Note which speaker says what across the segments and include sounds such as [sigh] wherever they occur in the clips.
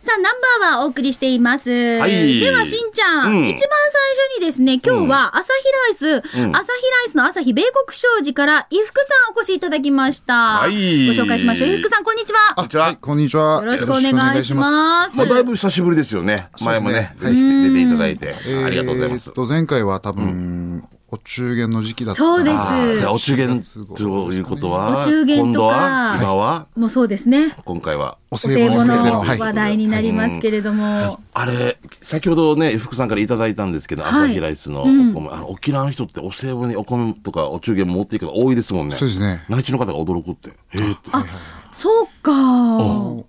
Speaker 1: さあ、ナンバーはお送りしています。
Speaker 2: い
Speaker 1: では、しんちゃん、
Speaker 2: う
Speaker 1: 一
Speaker 2: ん
Speaker 1: 番最初にですね、今日は朝日ライス、
Speaker 2: うん
Speaker 1: 朝日ライスの朝日米国商事から、伊福さんお越しいただきました。
Speaker 2: はい
Speaker 1: ご紹介しましょう。伊福さん、こんにちは。
Speaker 2: こんにちは
Speaker 3: はい、こんにちは。
Speaker 1: よろしくお願いします。
Speaker 2: もうだいぶ久しぶりですよね。
Speaker 3: そう
Speaker 2: 前
Speaker 3: です
Speaker 2: もね
Speaker 3: ね、
Speaker 2: 出て出ていただいて、
Speaker 3: えー
Speaker 2: ありがとうございます
Speaker 3: えーっ。と前回は多分、お中元の時期だった
Speaker 1: そうです
Speaker 2: あーじゃあお中元
Speaker 3: 7月号
Speaker 2: ということは、
Speaker 1: お中元
Speaker 2: 今
Speaker 1: と
Speaker 2: 度
Speaker 1: か
Speaker 2: は、今は、
Speaker 1: もうそうですね。
Speaker 2: 今回は。
Speaker 3: お
Speaker 1: お
Speaker 3: 歳
Speaker 1: 歳
Speaker 3: 暮
Speaker 1: 暮
Speaker 3: の
Speaker 1: の
Speaker 3: はい
Speaker 1: 話題になりますけれども。
Speaker 2: あれ、先ほどね、福さんからいただいたんですけど、
Speaker 1: はい
Speaker 2: 朝日ライスのお米、あの沖縄の人ってお歳暮にお米とかお中元持っていく方多いですもんね。
Speaker 3: そうですね
Speaker 2: 内地の方が驚くって。へえって。
Speaker 1: そうか。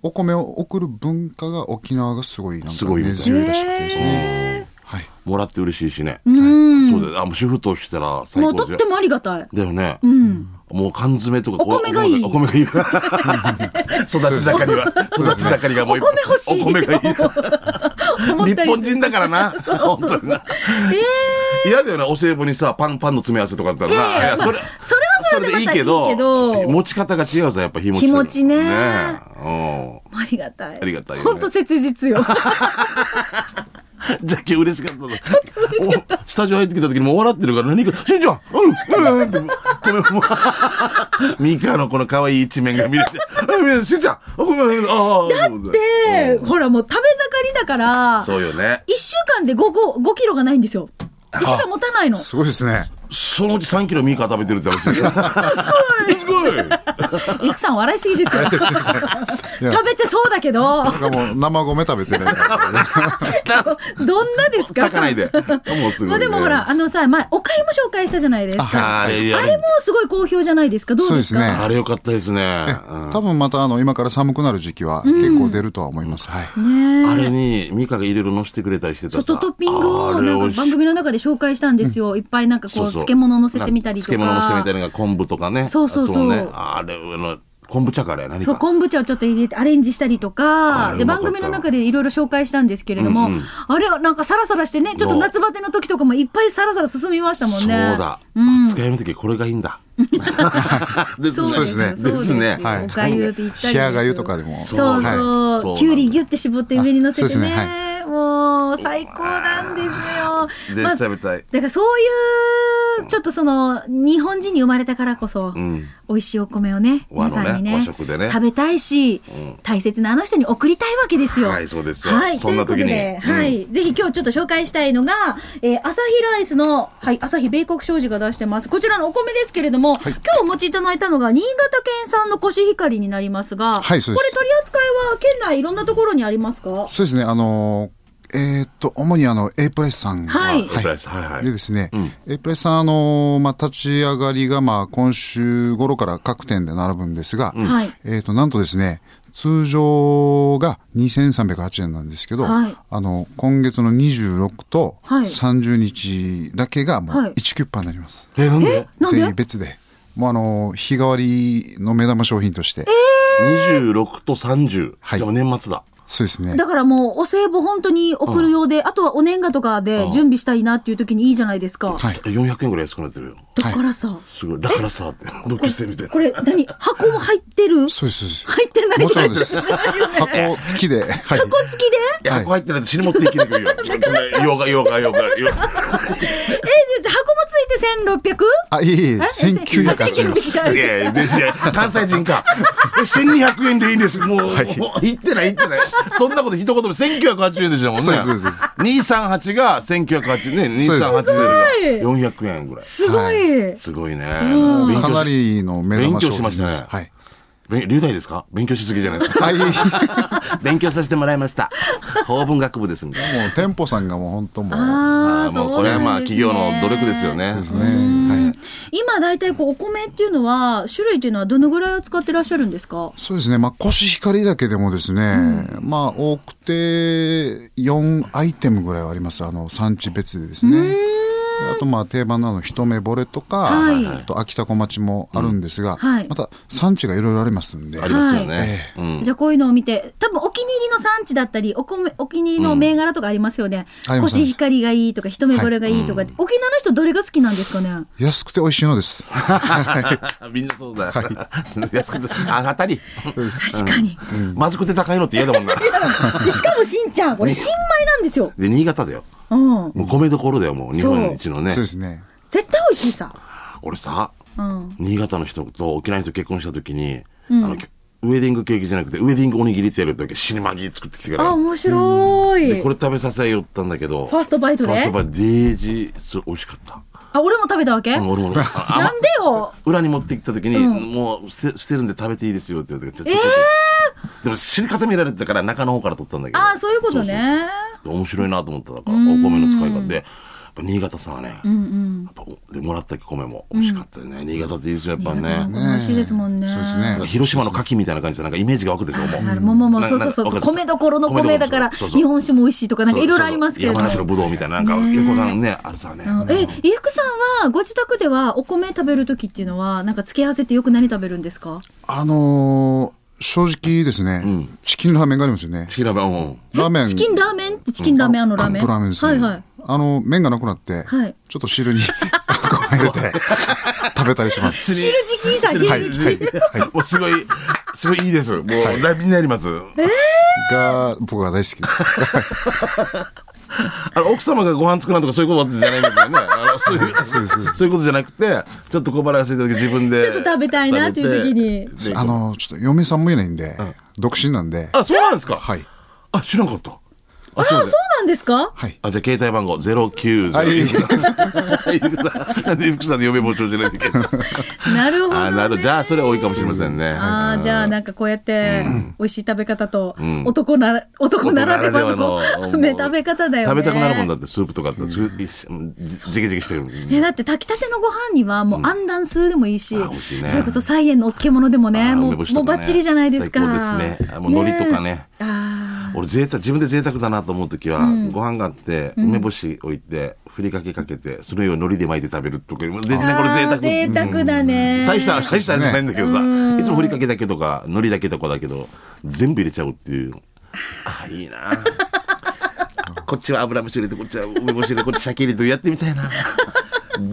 Speaker 3: お米を送る文化が沖縄がすごいなん
Speaker 2: す
Speaker 3: か
Speaker 2: ごいみた
Speaker 3: 根
Speaker 2: い
Speaker 3: 強いらしくてですね。はい。
Speaker 2: もらって嬉しいしね。
Speaker 1: うん。
Speaker 2: そうだよ。あ、もう主婦としたら最
Speaker 1: も
Speaker 2: 高
Speaker 1: う
Speaker 2: ですよ。
Speaker 1: とってもありがたい。
Speaker 2: だよね。
Speaker 1: うん。
Speaker 2: もう缶詰とかこう
Speaker 1: お米がいい
Speaker 2: お米がいい。育ち盛りは、育ち盛りがもう
Speaker 1: お米欲しい
Speaker 2: お米がいい。
Speaker 1: 思っ
Speaker 2: 日
Speaker 1: たり
Speaker 2: 本人だからな。本当にな。嫌だよね、お歳暮にさ、パン、パンの詰め合わせとかだったら
Speaker 1: い
Speaker 2: な。
Speaker 1: やいや
Speaker 2: いや
Speaker 1: そ
Speaker 2: それ、
Speaker 1: れはそれでまたいいけど
Speaker 2: 持ち方が違うさ、やっぱ日持ち。
Speaker 1: 日持ちね
Speaker 2: ねえうん
Speaker 1: ありがたい。
Speaker 2: ありがたいよね
Speaker 1: 本当切実
Speaker 2: [laughs]
Speaker 1: よ。
Speaker 2: じゃあ今日嬉しかったぞ。おスタジオ入ってきた時にもう笑ってるから何か、しんちゃんうんうんうんって、ごめん、もう、ミカのこの可愛い一面が見れて、うんうんしんちゃんごめんごめん、ああ。だ
Speaker 1: で、ほらもう食べ盛りだから、
Speaker 2: そうよね。
Speaker 1: 一週間で 5, 5, 5キロがないんですよ。一週間持たないの。
Speaker 3: すごいですね。
Speaker 2: そのうち3キロミカ食べてるって話。すごいすごい
Speaker 1: いくさん笑いすぎですよ。
Speaker 3: すいませんいや
Speaker 1: [laughs] 食べてそうだけど、
Speaker 3: なんかもう生米食べてないから。
Speaker 1: どんなですか
Speaker 2: 炊かない
Speaker 1: [laughs]
Speaker 2: で。もうすごい、ね。
Speaker 1: まあでもほら、あのさ、前、お買いも紹介したじゃないですか。
Speaker 2: あれ、いや
Speaker 1: あれもすごい好評じゃないですか。どうですか
Speaker 3: そうですね
Speaker 2: あれよかったですね。うん
Speaker 3: 多分またあの今から寒くなる時期は結構出るとは思います。はい。
Speaker 1: ねえ
Speaker 2: あれに、ミカがいろいろ乗せてくれたりしてたさ。
Speaker 1: 外トッピングを
Speaker 2: あれ
Speaker 1: なんか番組の中で紹介したんですよ。いっぱいなんかこう、漬物乗せてみたりとか。
Speaker 2: 漬物乗せてみたりとか、昆布とかね。
Speaker 1: そうそうそう
Speaker 2: ね、あれ、あの、昆布茶かあれ、何か。
Speaker 1: そう、昆布茶をちょっと入れてアレンジしたりと
Speaker 2: あ
Speaker 1: か、
Speaker 2: れ
Speaker 1: で、
Speaker 2: うまか
Speaker 1: 番
Speaker 2: った
Speaker 1: 組の中でいろいろ紹介したんですけれども、あれはなんかサラサラしてね、ちょっと夏バテの時とかもいっぱいサラサラ進みましたもんね。
Speaker 2: そうだ。
Speaker 1: うん
Speaker 2: 二日酔いの時これがいい
Speaker 1: [laughs]
Speaker 2: んだ。ですね
Speaker 1: そうですね。
Speaker 2: です
Speaker 1: そ
Speaker 2: ね
Speaker 1: うよ
Speaker 2: です
Speaker 3: ねはい
Speaker 1: おかゆぴったりです。
Speaker 3: 冷や粥とかでも
Speaker 1: そう
Speaker 2: は
Speaker 1: そ
Speaker 2: いそうなん
Speaker 1: う。
Speaker 2: だ
Speaker 1: きゅうりギュって絞って上に乗せ
Speaker 3: あ
Speaker 1: て
Speaker 3: そうですね
Speaker 1: ね。もう、最高なんです
Speaker 2: で、
Speaker 1: よ。まあ
Speaker 2: 食べたい。
Speaker 1: だからそういう、ちょっとその、日本人に生まれたからこそ、
Speaker 2: うん。
Speaker 1: 美味しいお米をね、
Speaker 2: 和
Speaker 1: 皆
Speaker 2: のね
Speaker 1: さんに
Speaker 2: 和
Speaker 1: ね、
Speaker 2: 食でね
Speaker 1: 食べたいし、
Speaker 2: ん
Speaker 1: 大切なあの人に送りたいわけですよ。
Speaker 2: はいそうですよ
Speaker 1: はい、
Speaker 2: そんな時に
Speaker 1: ということで、
Speaker 2: うん
Speaker 1: はい、ぜひ今日ちょっと紹介したいのが、えー、朝日ライスの、はい、朝日米国商事が出してます。こちらのお米ですけれども、今日お持ちいただいたのが、新潟県産のコシヒカリになりますが、
Speaker 3: はいそうです
Speaker 1: これ取り扱いは県内いろんなところにありますか
Speaker 3: そうですね。あのーえーっと主にあの A プラスさんが
Speaker 1: はい
Speaker 2: あエプライスはいはい。
Speaker 3: でですね、えープレスさん、あのーまあ、立ち上がりが、まあ、今週頃から各店で並ぶんですが、
Speaker 1: はい
Speaker 3: えー、となんとですね通常が2308円なんですけど、
Speaker 1: はい
Speaker 3: あの今月の26と
Speaker 1: はい
Speaker 3: 30日だけがも
Speaker 1: はいう
Speaker 3: 1キュッパーになります、
Speaker 2: え、なんで
Speaker 1: なん
Speaker 3: 全員
Speaker 1: で
Speaker 3: 別でもうあのー日替わりの目玉商品として、
Speaker 2: ?26 と30。
Speaker 3: はい
Speaker 2: でも年末だ。
Speaker 3: そうですね
Speaker 1: だからもうお歳暮本当に送るようで、あとはお年賀とかで準備したいなっていう時にいいじゃないですか。
Speaker 3: はい
Speaker 2: 400円ぐらい安くなってるよ。
Speaker 1: だからさ、
Speaker 2: すごい。だからさ、って、独立生みたいな
Speaker 1: こ。れ何箱も入ってる
Speaker 3: そうですそう
Speaker 1: 入ってない
Speaker 3: ですもちろんです
Speaker 1: 入ってないよね
Speaker 3: 箱付
Speaker 1: [laughs]
Speaker 3: きで、はい、
Speaker 1: 箱付きで
Speaker 2: いや、
Speaker 3: はい
Speaker 2: こうやってないと死に持っていきにくいよ。ようが、ようが、ようが、ようが。
Speaker 1: えじゃあ箱も付いて 1600?
Speaker 3: あいえいえ
Speaker 1: あ
Speaker 3: 1980円です
Speaker 2: いやいや、でいや関西人か。え1200円でいいんです。もう、もう、言ってない、言ってない。そんなこと一言で1980円でしょ、もんね
Speaker 3: そうですそうで。
Speaker 2: 238が1980円、ね、
Speaker 3: そうです
Speaker 2: 2380が400円ぐらい。
Speaker 1: すごい、
Speaker 3: は
Speaker 2: すごいね。勉強し
Speaker 3: かなりの目玉
Speaker 2: 勉
Speaker 3: 商品
Speaker 2: 強しましたね
Speaker 3: はい
Speaker 2: べ流大ですか勉強しすぎじゃないですか。
Speaker 3: はい、も
Speaker 2: 勉強させてもらいました。法文学部ですんで。
Speaker 3: う店舗さんがもう本当もう、は
Speaker 1: あ
Speaker 2: あ
Speaker 1: あ
Speaker 2: ーもうこれはまあ企業の努力ですよね。
Speaker 3: い、はい、
Speaker 1: 今大体こうお米っていうのは種類っていうのはどのぐらい扱ってらっしゃるんですか
Speaker 3: そうですね、まあ、コシヒカリだけでもですね、まあ、多くて4アイテムぐらいはあります、あの産地別でですね。あとまあ定番なの一目惚れとか、
Speaker 1: はい
Speaker 3: あと秋田小町もあるんですが、
Speaker 1: うんはい
Speaker 3: また産地がいろいろありますんで、
Speaker 2: ありますよね。
Speaker 3: はい
Speaker 2: うん
Speaker 1: じゃあこういうのを見て、多分お気に入りの産地だったり、おこめお気に入りの銘柄とかありますよね。
Speaker 3: あります
Speaker 1: 腰光がいいとか、一目惚れがいいとか、沖縄の人どれが好きなんですかね
Speaker 3: 安くて美味しいのです。
Speaker 2: [laughs] みんなそうだよ。安くて、あ当たり。
Speaker 1: 確 [laughs] かに。
Speaker 2: まずくて高いのって嫌だも
Speaker 1: [laughs]
Speaker 2: んな。
Speaker 1: でしかもしんちゃん、これ新米なんですよ。
Speaker 2: で、新潟だよ。
Speaker 1: うん。
Speaker 2: もう米どころだよ、もう。日本一のね
Speaker 3: そう。ですね。
Speaker 1: 絶対美味しいさ。
Speaker 2: 俺さ、
Speaker 1: うん。
Speaker 2: 新潟の人と沖縄の人結婚した時に、あの、ウェディングケーキじゃなくて、ウェディングおにぎりってやる時、死にまぎ作ってきてか
Speaker 1: あ、
Speaker 2: ら。
Speaker 1: 面白い。
Speaker 2: で、これ食べさせよったんだけど。
Speaker 1: ファーストバイトで
Speaker 2: ファーストバイト、デージ、それ美味しかった。
Speaker 1: あ、俺も食べたわけ、
Speaker 2: うん俺も、あ
Speaker 1: なんでよ。
Speaker 2: 裏に持ってきた時に、
Speaker 1: うん
Speaker 2: もう捨て捨てるんで食べていいですよって言われてちょっと、でも死に固められてたから中の方から取ったんだけど
Speaker 1: あーそういうことね。
Speaker 2: そうそう面白いなと思っただからお米の使い方でやっぱ新潟さんはね、
Speaker 1: うんう
Speaker 2: や
Speaker 1: ん。
Speaker 2: っぱおでもらった米も美味しかったよね、新潟っていいですよやっぱね
Speaker 1: 美味しいですもんね。
Speaker 3: そうです
Speaker 2: なん
Speaker 3: ね
Speaker 2: か。広島の牡蠣みたいな感じでなんかイメージが湧くでしょもう
Speaker 1: あるもうもうもう
Speaker 2: な
Speaker 1: そうそうそう
Speaker 2: な
Speaker 1: そう
Speaker 2: んかわかる
Speaker 1: 米どころの米だから
Speaker 2: そうそうそう
Speaker 1: 日本酒も美味しいとかなんかいろいろありますけれども
Speaker 2: そうそう山梨のぶどうみたいななんか
Speaker 1: ねえ
Speaker 2: 横さんねあるさね、
Speaker 1: うんえ伊福さんはご自宅ではお米食べる時っていうのはなんか付け合わせってよく何食べるんですか
Speaker 3: あのー正直ですね、チキンラーメンがありますよね。
Speaker 2: 調べうん
Speaker 3: ラーメン。
Speaker 1: チキンラーメンってチキンラーメンあのラーメン
Speaker 3: カップラーメンですね。
Speaker 1: はいはい
Speaker 3: あの、麺がなくなって、
Speaker 1: はい
Speaker 3: ちょっと汁に [laughs] ご飯入れて、食べたりします。
Speaker 1: 昼時期さ昼
Speaker 3: はい、はい、
Speaker 1: 時期
Speaker 3: はい。
Speaker 2: もうすごいすごいいいですもう、だいみんなやります
Speaker 3: が、僕は大好きです。
Speaker 2: あの奥様がご飯作らんとかそういうことじゃないんですよね。あの [laughs] そういうそういうことじゃなくて、ちょっと小腹が空いた時自分で。
Speaker 1: ちょっと食べたいなっていう時に
Speaker 2: 食べて
Speaker 3: あ、の、ちょっと嫁さんもいないんで、独身なんで、
Speaker 2: あ、そうなんですか。
Speaker 3: はい。
Speaker 2: あ、知らなかった。
Speaker 1: あ
Speaker 2: あ、
Speaker 1: そう
Speaker 2: そうだ。
Speaker 1: なんです
Speaker 3: [laughs]
Speaker 1: か
Speaker 3: はい。
Speaker 2: あ、じゃあ携帯番号090。
Speaker 3: はい
Speaker 2: ゆうきさん。なんでゆうきさんの嫁募集じゃないんだけど。
Speaker 1: [laughs] なるほどね
Speaker 2: あ、なるほど。じゃあそれは多いかもしれませんね。
Speaker 1: あーじゃあなんかこうやって美味しい食べ方と
Speaker 2: ん
Speaker 1: 男なら男ならでは
Speaker 2: も
Speaker 1: の
Speaker 2: う
Speaker 1: [laughs] ね食べ方だよね
Speaker 2: 食べたくなるもんだって、スープとかって、すぐ一緒じけじけしてる。
Speaker 1: ね、だって炊きたてのご飯にはもう安壇数でもいいし、
Speaker 2: あ美味しいね
Speaker 1: それこそ菜園のお漬物でもね
Speaker 2: あ
Speaker 1: もう
Speaker 2: 梅干し
Speaker 1: も
Speaker 2: と
Speaker 1: う
Speaker 2: かね
Speaker 1: バッチリじゃないですか
Speaker 2: 最高ですねあもう海苔とかね
Speaker 1: あ
Speaker 2: 俺贅沢自分で贅沢だなと思う時は、ご飯があって梅干し置いてふりかけかけてそれを海苔で巻いて食べるとかでねこれ
Speaker 1: ー
Speaker 2: 贅
Speaker 1: あ
Speaker 2: 沢
Speaker 1: ー贅沢だね、
Speaker 2: 大した大したあれじゃないんだけどさ、いつもふりかけだけとか海苔だけとかだけど全部入れちゃうっていうあーいいな
Speaker 1: [laughs]
Speaker 2: こっちは油飯入れてこっちは梅干し入れてこっち鮭入れてやってみたいな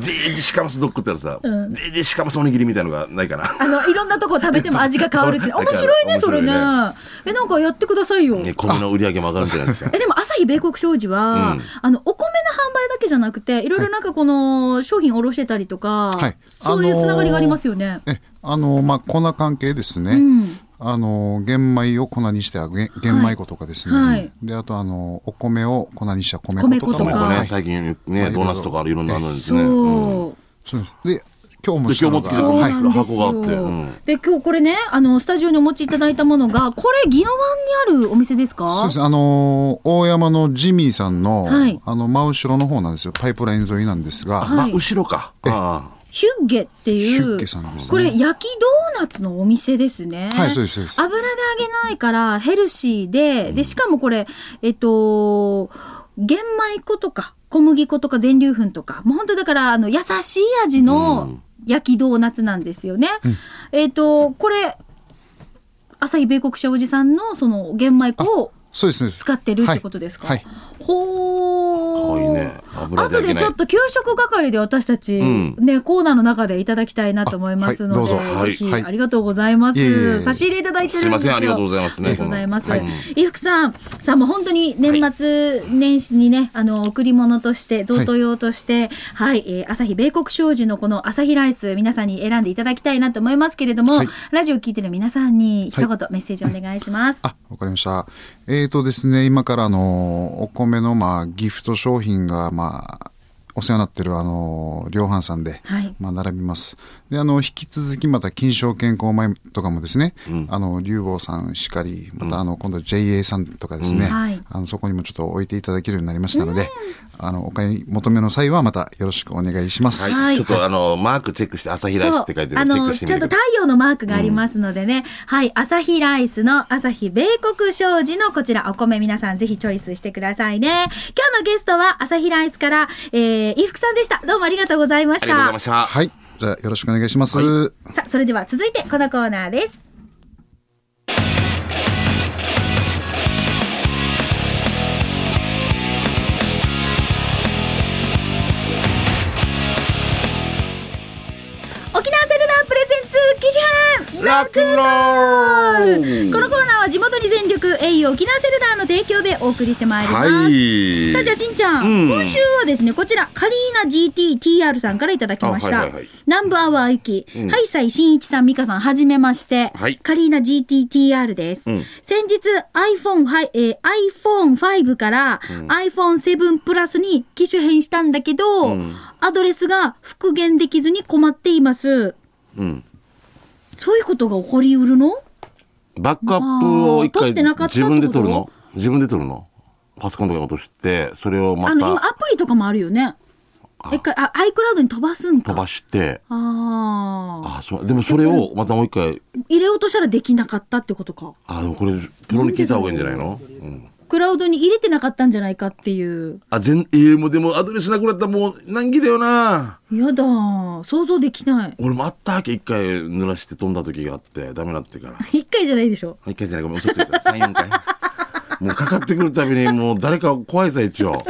Speaker 2: ででしかもすドッグって言ったらさ、ででしかもおにぎりみたいのがないかな
Speaker 1: [laughs] あのいろんなとこ食べても味が変わるっ
Speaker 2: [laughs]
Speaker 1: て
Speaker 2: だから
Speaker 1: 面白いねそれね
Speaker 2: 面白
Speaker 1: えなんかやってくださいよ、
Speaker 2: ね米の売り上げも上がるんじゃないですか
Speaker 1: えでも朝日米国商事は、あのお米の販売だけじゃなくていろいろなんかこの商品卸してたりとか、
Speaker 3: はい
Speaker 1: そういうつながりがありますよね、
Speaker 3: え、あの、まあ、粉関係ですね。
Speaker 1: うん
Speaker 3: あの、玄米を粉にしたげ玄米粉とかですね。
Speaker 1: はい
Speaker 3: で、あと、あの、お米を粉にした米
Speaker 1: 米
Speaker 3: 粉
Speaker 1: 粉
Speaker 3: と
Speaker 1: と
Speaker 3: か
Speaker 1: か
Speaker 2: 米
Speaker 3: も。
Speaker 2: 粉
Speaker 1: は
Speaker 2: ね
Speaker 1: い
Speaker 2: 最近ねドーナツとかいろんなのあるんです
Speaker 1: そう、
Speaker 2: ね、うん
Speaker 3: そうです。で、今日もした
Speaker 2: 今日持
Speaker 3: の
Speaker 2: ってき
Speaker 3: が
Speaker 2: た
Speaker 1: そう
Speaker 2: は
Speaker 1: ないんですよ。
Speaker 2: 箱があってうん
Speaker 1: で今日これねあのスタジオにお持ちいただいたものがこれ宜野湾にあるお店ですか。
Speaker 3: そうですねあのー大山のジミーさんの、
Speaker 1: はい
Speaker 3: あの真後ろの方なんですよパイプライン沿いなんですが、
Speaker 1: はい
Speaker 2: まあ、後ろか。ああ
Speaker 1: ヒュッゲっていう
Speaker 3: ヒュッゲさんですね
Speaker 1: これ焼きドーナツのお店ですね。
Speaker 3: はいそうですそうです
Speaker 1: 油で揚げないからヘルシーででしかもこれえっと玄米粉とか小麦粉とか全粒粉とかもう本当だからあの優しい味
Speaker 2: う
Speaker 1: の
Speaker 2: ん
Speaker 1: 焼きドーナツなんですよね。えっとこれ朝日米国社おじさんのその玄米粉を
Speaker 3: そうですね
Speaker 1: 使ってるってことですか、
Speaker 3: はいはい
Speaker 1: ほー
Speaker 2: 可愛いね油で
Speaker 1: 後
Speaker 2: 揚げ
Speaker 1: で
Speaker 2: ない
Speaker 1: ちょっと給食係で私たち、
Speaker 2: ん
Speaker 1: ねコーナーの中でいただきたいなと思いますので、
Speaker 3: あはいどうぞ
Speaker 2: はい
Speaker 1: ぜひ、
Speaker 3: はい
Speaker 1: ありがとうございます、
Speaker 3: いえいえいえ
Speaker 1: 差し入れいただいてるんです
Speaker 2: すいませんありがとうございますす
Speaker 1: あ
Speaker 2: ね
Speaker 1: りがとうございます、
Speaker 2: は
Speaker 1: 伊
Speaker 2: い
Speaker 1: 福さんさあもう本当に年末年始にねあの贈り物として贈答用としてはい、えー朝日米国商事のこの朝日ライス皆さんに選んでいただきたいなと思いますけれども、
Speaker 3: はい
Speaker 1: ラジオ聞いてる皆さんに一言メッセージお願いします、
Speaker 3: あわかりましたえーとですね今からあのーお米のまあギフト商品がまあお世話になってるあのー量販さんで、
Speaker 1: はい
Speaker 3: まあ並びますであの引き続きまた金賞健康米とかもですね、あの竜王さんしかりまたあの今度は JA さんとかですね、
Speaker 1: うんはい
Speaker 3: あのそこにもちょっと置いていただけるようになりましたので、あのお買い求めの際はまたよろしくお願いします、
Speaker 1: は
Speaker 2: はいい。ちょっとあの、マークチェックして、朝日ライスって書いて
Speaker 1: あ
Speaker 2: る。チェッ
Speaker 1: の、
Speaker 2: クして
Speaker 1: ち
Speaker 2: み
Speaker 1: ょってと太
Speaker 2: くださ
Speaker 1: 陽のマークがありますのでね、はい、朝日ライスの朝日米国商事のこちらお米皆さんぜひチョイスしてくださいね。今日のゲストは朝日ライスから、えーえー、伊福さんでした。どうもありがとうございまし
Speaker 2: ありがとうござい
Speaker 1: た
Speaker 2: ま。した。
Speaker 3: はい。じゃあよろしくお願いします。
Speaker 1: さあ、それでは続いてこのコーナーです。沖縄セルラープレゼンツ機種編
Speaker 2: ラックンロール
Speaker 1: このコーナーは地元に全力 au 沖縄セルラーの提供でお送りしてまいります。
Speaker 2: はい。
Speaker 1: さあじゃあしんちゃん、
Speaker 2: うん
Speaker 1: 今週はですねこちらカリーナ GTTR さんからいただきました、
Speaker 2: あはいはいはい
Speaker 1: 南部アワーゆき、
Speaker 2: ん
Speaker 1: ハイサイしんいちさん美香さんはじめまして、
Speaker 2: はい
Speaker 1: カリーナ GTTR です、
Speaker 2: うん
Speaker 1: 先日 iPhone はい、えー、iPhone5 から iPhone7 プラスに機種変したんだけど、
Speaker 2: うん
Speaker 1: アドレスが復元できずに困っています
Speaker 2: うん。
Speaker 1: そういうことが起こりうるの
Speaker 2: バックアップを一
Speaker 1: あー取
Speaker 2: 回
Speaker 1: ってなかったって
Speaker 2: 自
Speaker 1: こと
Speaker 2: 分で取るの自分で取るのパソコンとかに落として、それをま
Speaker 1: あの今
Speaker 2: た
Speaker 1: アプリとかもあるよね一回あ iCloud に飛ばすんか
Speaker 2: 飛ばして、
Speaker 1: ああ
Speaker 2: あそうでもそれをまたもう一回、
Speaker 1: 入れようとしたらできなかったってことか
Speaker 2: あでもこれ、プロに聞いた方がいいんじゃないの、うん、
Speaker 1: クラウドに入れてなかったんじゃないかっていう
Speaker 2: あ、全、えー、もうでもアドレスなくなったらもう難儀だよな。
Speaker 1: やだー想像できない
Speaker 2: 俺もあったわけ一回濡らして飛んだ時があって、ダメなってから。
Speaker 1: 一回じゃないでしょ
Speaker 2: 一回じゃないごめん嘘ついた三四回もうかかってくるたびにもう誰か怖いさ一応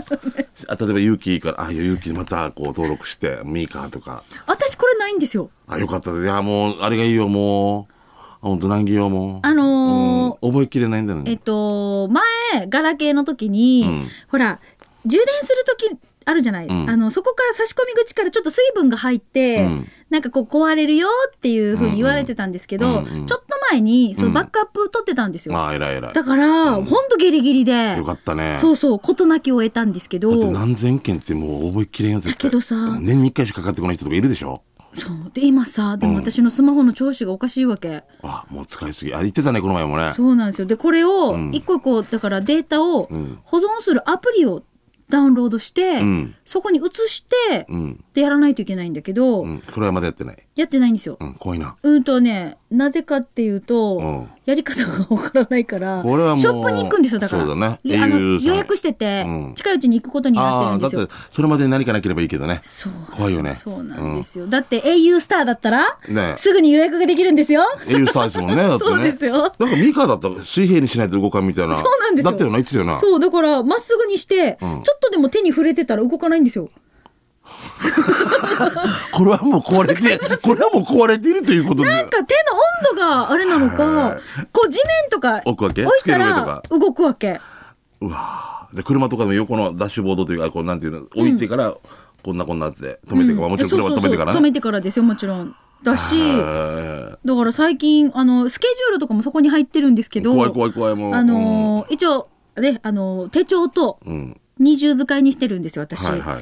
Speaker 2: あ例えば勇気から「あいや勇気またこう登録してミーカー」とか
Speaker 1: 私これないんですよ
Speaker 2: 「あよかったですいやもうあれがいいよもう本当難儀よもう」
Speaker 1: あの
Speaker 2: うん覚えきれないんだよ
Speaker 1: えっ
Speaker 2: ね
Speaker 1: と前ガラケーの時に、
Speaker 2: うん
Speaker 1: ほら充電する時あるじゃない、
Speaker 2: うん
Speaker 1: あのそこから差し込み口からちょっと水分が入って、
Speaker 2: うん
Speaker 1: なんかこう壊れるよっていうふうに言われてたんですけど、
Speaker 2: うんうんうんうん
Speaker 1: ちょっと前にその
Speaker 2: うん
Speaker 1: バックアップ取ってたんですよ、
Speaker 2: まあ偉い偉い
Speaker 1: だから、ほんとギリギリで
Speaker 2: よかったね
Speaker 1: そうそう事なきを得たんですけど
Speaker 2: だって何千件ってもう覚えきれんよ絶対
Speaker 1: だけどさ
Speaker 2: 年に一回しかかかってこない人とかいるでしょ
Speaker 1: そうで今さでも
Speaker 2: うん
Speaker 1: 私のスマホの調子がおかしいわけ、
Speaker 2: あもう使いすぎあ言ってたねこの前もね
Speaker 1: そうなんですよでこれを
Speaker 2: うん
Speaker 1: 一個一個だからデータを
Speaker 2: うん
Speaker 1: 保存するアプリをダウンロードして、
Speaker 2: うん
Speaker 1: そこに移して
Speaker 2: うん
Speaker 1: でやらないといけないんだけど、
Speaker 2: うんこれはまだやってない
Speaker 1: やってないんですよ。
Speaker 2: うん怖いな
Speaker 1: うんとねなぜかっていうと、
Speaker 2: うん
Speaker 1: やり方がわからないから
Speaker 2: これはもう
Speaker 1: ショップに行くんですよだから
Speaker 2: そうだね
Speaker 1: であ
Speaker 2: au
Speaker 1: の
Speaker 2: さん
Speaker 1: 予約してて、
Speaker 2: うん
Speaker 1: 近いうちに行くことにな
Speaker 2: ああ
Speaker 1: ってるんで
Speaker 2: ー
Speaker 1: す
Speaker 2: だ
Speaker 1: よ
Speaker 2: ってそれまでに何かなければいいけどね
Speaker 1: そう
Speaker 2: 怖いよね
Speaker 1: そうなんですよ、だって au スターだったら、
Speaker 2: ね
Speaker 1: すぐに予約ができるんですよ
Speaker 2: えいうサイズ
Speaker 1: [laughs]
Speaker 2: もんねだってね
Speaker 1: そうですよ
Speaker 2: なんかミカだったら水平にしないと動かんみたいな
Speaker 1: そうなんですよ
Speaker 2: だったよな言ってたよな
Speaker 1: そう、だから、まっすぐにして、
Speaker 2: うん
Speaker 1: ちょっとでも手に触れてたら動かないんですよ。
Speaker 2: これはもう壊
Speaker 1: [laughs]
Speaker 2: れてこれはもう壊れているということで
Speaker 1: なんか手の温度があれなの
Speaker 2: は
Speaker 1: か、こう地面とか
Speaker 2: 置くわけ
Speaker 1: 置い
Speaker 2: 机
Speaker 1: た
Speaker 2: の上と
Speaker 1: ら
Speaker 2: か
Speaker 1: 動くわけ。
Speaker 2: うわーで車とかの横のダッシュボードというかこうなんていうの置いてから、こんなこんなって止めてか、
Speaker 1: う
Speaker 2: もちろん車は止めてから
Speaker 1: そうそうそう止め
Speaker 2: ね
Speaker 1: てからですよ、もちろん。だし、
Speaker 2: へ
Speaker 1: だから最近、あの、スケジュールとかもそこに入ってるんですけ
Speaker 2: ー
Speaker 1: ど、
Speaker 2: 怖い怖い怖いもう
Speaker 1: あのー一応、ね、あのー手帳と
Speaker 2: うん、うん
Speaker 1: 二重使いにしてるんですよ、私。
Speaker 2: はいはい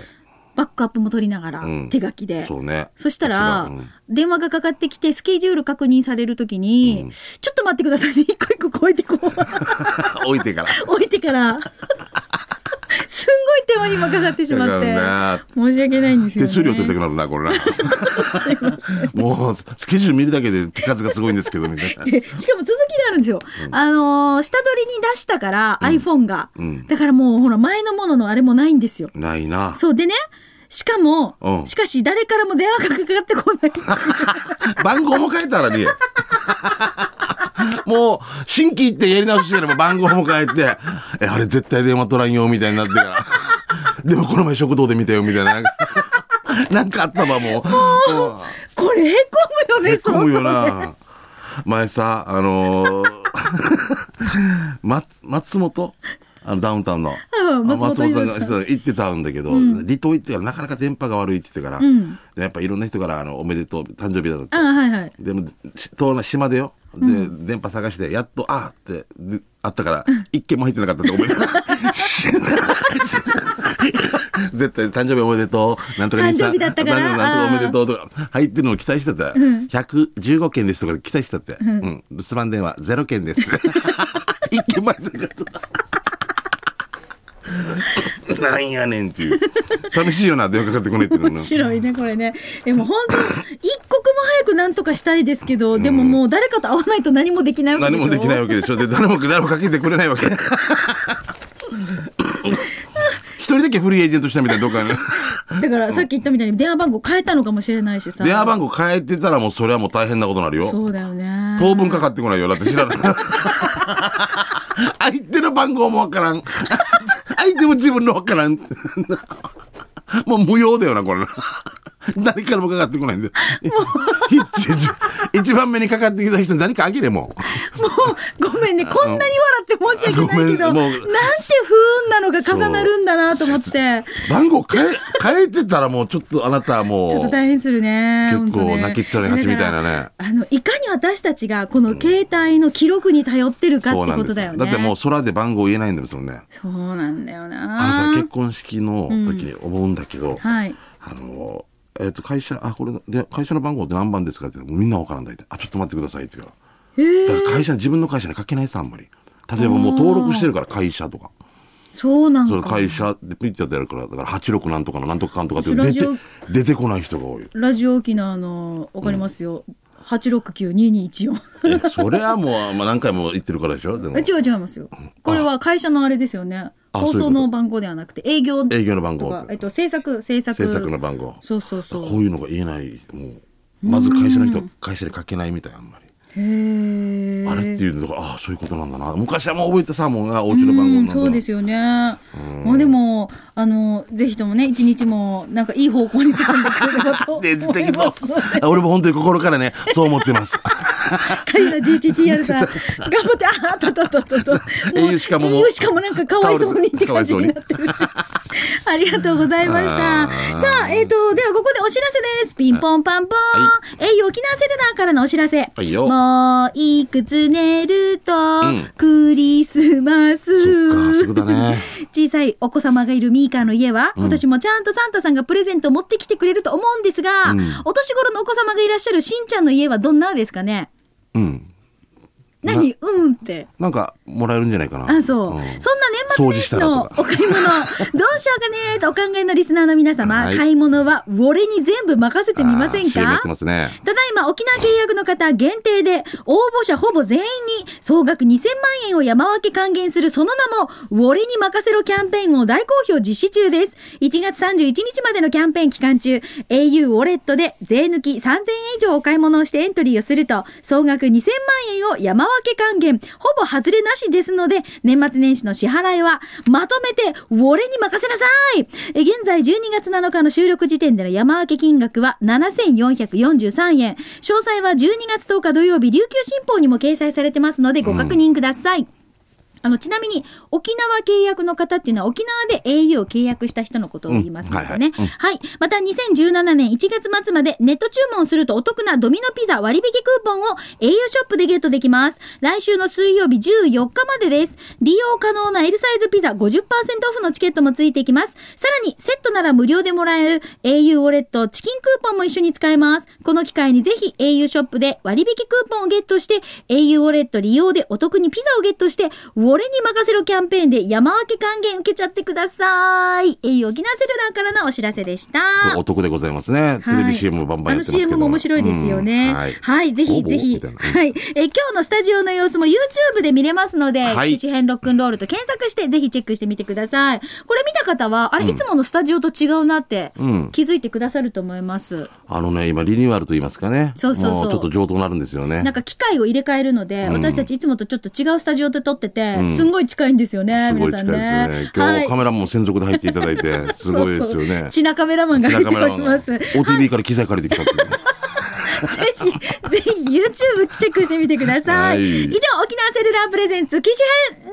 Speaker 1: バックアップも取りながら、
Speaker 2: うん
Speaker 1: 手書きで。
Speaker 2: そうね [laughs]
Speaker 1: そしたら、
Speaker 2: さすがうん
Speaker 1: 電話がかかってきて、スケジュール確認されるときに、
Speaker 2: うん
Speaker 1: ちょっと待ってくださいね、一 [laughs] 個一個こう置いてこう、 [laughs]
Speaker 2: 置いてから
Speaker 1: 置いてから、 [laughs] すんごい手間に今かかってしまって、
Speaker 2: だか
Speaker 1: 申し訳ないんですよ、
Speaker 2: 手
Speaker 1: ね。
Speaker 2: 数料取りたくなるなこれなもうスケジュール見るだけで手数がすごいんですけどみたいな
Speaker 1: でしかも続きがあるんですよ。あのー下取りに出したから、iPhone が、
Speaker 2: うん
Speaker 1: だからもう、ほら、前のもののあれもないんですよ。
Speaker 2: ないな
Speaker 1: そうでね、しかも、
Speaker 2: うん
Speaker 1: しかし誰からも電話がかかってこない。 [laughs]
Speaker 2: 番号も変えた [laughs] らねもう新規行ってやり直ししてれば番号も変えてえあれ絶対電話取らんよみたいになってからでもこの前食堂で見たよみたいななんかなんかあったわもう [laughs] も
Speaker 1: これ、へこむよ
Speaker 2: うへ
Speaker 1: ね、
Speaker 2: こむよ
Speaker 1: 相当ね
Speaker 2: な前さあのー [laughs] ま松本あのダウンタウンの
Speaker 1: うん松本
Speaker 2: さん
Speaker 1: 伊
Speaker 2: が
Speaker 1: 藤さん
Speaker 2: 行ってたんだけど、離島行ってからなかなか電波が悪いって言ってから、
Speaker 1: ん
Speaker 2: でやっぱいろんな人からあのおめでとう誕生日だとって
Speaker 1: あはいはい。
Speaker 2: でもし遠な島でよで、電波探してやっとあーってであったから、一件も入ってなかったって思い [laughs] 絶対誕生日おめでとうなんとか兄さ
Speaker 1: 誕
Speaker 2: ん
Speaker 1: 生日だったから
Speaker 2: 誕生日なんとかおめでとうとか入ってるのを期待してた、115件ですとか期待してたって、うん留守番電話0件です [laughs] 一件も入ってなかったなんやねんっていう寂しいよな電話かかってこないっていうの
Speaker 1: 面
Speaker 2: な
Speaker 1: 白いねこれねでも本当一刻も早くなんとかしたいですけどでももう誰かと会わないと何もできないわけ
Speaker 2: [laughs] 何
Speaker 1: でしょ
Speaker 2: もできないわけ
Speaker 1: [laughs]
Speaker 2: でしょで誰も誰もかけてくれないわけ一人だけけフリーエージェントしたみたいなどっ
Speaker 1: [laughs]
Speaker 2: かに。
Speaker 1: だからさっき言ったみたいに電話番号変えたのかもしれないしさ
Speaker 2: 電話番号変えてたらもうそれはもう大変なことになるよ。
Speaker 1: そうだよね
Speaker 2: 当分かかってこないよ。だって知
Speaker 1: [laughs]
Speaker 2: らない。相手の番号もわからん。相手も自分のわからん。もう無用だよな、これな。誰からもかかってこないんで。 [laughs] 一一番目にかかってきた人に何かあげれも
Speaker 1: もうごめんねこんなに笑って申し訳ないけどな
Speaker 2: ごめ
Speaker 1: んて
Speaker 2: んもう
Speaker 1: 不運なのが重なるんだなと思って
Speaker 2: う。番号変え、変えてたらもうちょっとあなたはもう。
Speaker 1: ちょっと大変するね
Speaker 2: 結構
Speaker 1: 本当ね
Speaker 2: 泣きっちょに蜂みたいな
Speaker 1: だ
Speaker 2: ね
Speaker 1: からあのいかに私たちがこの携帯の記録に頼ってるか
Speaker 2: そ
Speaker 1: っ
Speaker 2: う
Speaker 1: て
Speaker 2: なん
Speaker 1: こ
Speaker 2: で
Speaker 1: と
Speaker 2: す
Speaker 1: だよね
Speaker 2: だってもう空で番号言えないんですもんね。
Speaker 1: そうなんだよ
Speaker 2: あのさ、
Speaker 1: な
Speaker 2: 結婚式の時に思うんだけど、
Speaker 1: はい
Speaker 2: あの、えっ、と、会社、あ、これので、会社の番号って何番ですかって言ったらもうみんなわからんだいって、あ、ちょっと待ってくださいって言うから。だから会社、自分の会社に書けないさ、あんまり。例えばもう登録してるから、会社とか。
Speaker 1: そうなん
Speaker 2: そ
Speaker 1: か
Speaker 2: の会社でピッチャーでやるから、だから86なんとかのなんとかかんとかって
Speaker 1: ラ
Speaker 2: 出
Speaker 1: ジ
Speaker 2: て
Speaker 1: オ、
Speaker 2: 出てこない人が多い。
Speaker 1: ラジオ沖縄のわかりますよ、8692214
Speaker 2: えそれはもう、まあ、何回も言ってるからでしょでも
Speaker 1: え。違 [laughs] う違いますよこれは会社のあれですよね
Speaker 2: あ
Speaker 1: 放
Speaker 2: そういう
Speaker 1: 送
Speaker 2: こと
Speaker 1: の番号ではなくて営業とか
Speaker 2: 営業の番号
Speaker 1: えっと制作制作
Speaker 2: 制作の番号。
Speaker 1: そうそうそ
Speaker 2: こ
Speaker 1: う
Speaker 2: ういうのが言えない、もう、まず会社の人、会社で書けないみたい、あんまり。
Speaker 1: へえ
Speaker 2: あれっていうのが、ああ、そういうことなんだな。昔はもう覚えてたもんが、お家の番号なんだな
Speaker 1: そうですよね。まあでもあのぜひともね一日もなんかいい方向に進んでくれればと思
Speaker 2: [laughs] デ
Speaker 1: い
Speaker 2: ジ
Speaker 1: [laughs]
Speaker 2: 的
Speaker 1: ま
Speaker 2: と
Speaker 1: す。
Speaker 2: 俺も本当に心からね、そう思ってます。 [laughs]
Speaker 1: 会社 GTTR さん頑張ってあーあったあったあったあったあった。
Speaker 2: [laughs] 英雄しかももう
Speaker 1: 英雄しかもなんかかわいそうにって
Speaker 2: か
Speaker 1: 感
Speaker 2: わい
Speaker 1: じ
Speaker 2: そう
Speaker 1: に
Speaker 2: に
Speaker 1: なってるし。ありがとうございました。さ
Speaker 2: あ
Speaker 1: あえっ、とではここでお知らせです。ピンポンパンポーン。
Speaker 2: は
Speaker 1: 英雄沖縄セルラーからのお知らせ。
Speaker 2: はいよ
Speaker 1: もういくつ寝ると、
Speaker 2: ん
Speaker 1: クリスマス。
Speaker 2: そっかそうだね
Speaker 1: [laughs] 小さいお子様がいるミーカーの家は、今年もちゃんとサンタさんがプレゼントを持ってきてくれると思うんですが、
Speaker 2: ん
Speaker 1: お年頃のお子様がいらっしゃるしんちゃんの家はどんなですかね
Speaker 2: うん。
Speaker 1: 何うんって。
Speaker 2: なんか、もらえるんじゃないかな。
Speaker 1: あ、そう。そん
Speaker 2: ん
Speaker 1: な年末年始のお
Speaker 2: 掃除したらと
Speaker 1: 買い
Speaker 2: [laughs]
Speaker 1: 物、どうしようかねとお考えのリスナーの皆様、
Speaker 2: はい
Speaker 1: 買い物は俺に全部任せてみません
Speaker 2: あー CM や
Speaker 1: か
Speaker 2: ってますね。
Speaker 1: ただいま沖縄契約の方限定で応募者ほぼ全員に総額2000万円を山分け還元するその名も「俺に任せろ」キャンペーンを大好評実施中です1月31日までのキャンペーン期間中 au ウォレットで税抜き3000円以上お買い物をしてエントリーをすると総額2000万円を山分け還元ほぼ外れなしですので年末年始の支払いはまとめて俺に任せなさいえ現在12月7日の収録時点での山分け金額は7443円詳細は12月10日土曜日琉球新報にも掲載されてますのでご確認ください、あのちなみに沖縄契約の方っていうのは沖縄で au を契約した人のことを言いますのでね、
Speaker 2: うん
Speaker 1: はい。また2017年1月末までネット注文するとお得なドミノピザ割引クーポンを au ショップでゲットできます。来週の水曜日14日までです。利用可能な L サイズピザ50%オフのチケットもついてきます。さらにセットなら無料でもらえる au ウォレットチキンクーポンも一緒に使えます。この機会にぜひ au ショップで割引クーポンをゲットして au ウォレット利用でお得にピザをゲットして、俺に任せろキャンペーンで山分け還元受けちゃってください。au 沖縄セルラーからのお知らせでした。
Speaker 2: お得でございますね。テレビ CM もバンバンやってますけど。
Speaker 1: あの CM も面白いですよね。
Speaker 2: うん
Speaker 1: は
Speaker 2: はいい。、
Speaker 1: ぜひ
Speaker 2: 応募
Speaker 1: ぜひ。
Speaker 2: みたいなうん
Speaker 1: はい。え、今日のスタジオの様子も YouTube で見れますので、
Speaker 2: はい
Speaker 1: 機種編ロックンロールと検索して、ぜひチェックしてみてください。これ見た方は、あれ、いつものスタジオと違うなって、
Speaker 2: うん
Speaker 1: 気づいてくださると思います。
Speaker 2: あのね、今リニューアルと言いますかね。
Speaker 1: そうそうそう
Speaker 2: もうちょっと上等になるんですよね。
Speaker 1: なんか機械を入れ替えるので、
Speaker 2: ん
Speaker 1: 私たちいつもとちょっと違うスタジオで撮ってて、
Speaker 2: うん
Speaker 1: すんごい近いんですよね、
Speaker 2: すご
Speaker 1: 皆
Speaker 2: い近
Speaker 1: さ
Speaker 2: い
Speaker 1: ん
Speaker 2: ですよ
Speaker 1: ね。
Speaker 2: ね。今
Speaker 1: は
Speaker 2: 日カメラマンも専属で入っていただい [laughs] て、すごいです
Speaker 1: そ
Speaker 2: よ
Speaker 1: うそ
Speaker 2: ね
Speaker 1: う。チナカメラマンが入っております。
Speaker 2: 白カメラマンが OTV から機材借りてきたっていう。
Speaker 1: ぜひ、 [laughs] ぜひ YouTube チェックしてみてください。
Speaker 2: はい
Speaker 1: 以上、沖縄セルラープレゼンツ機種編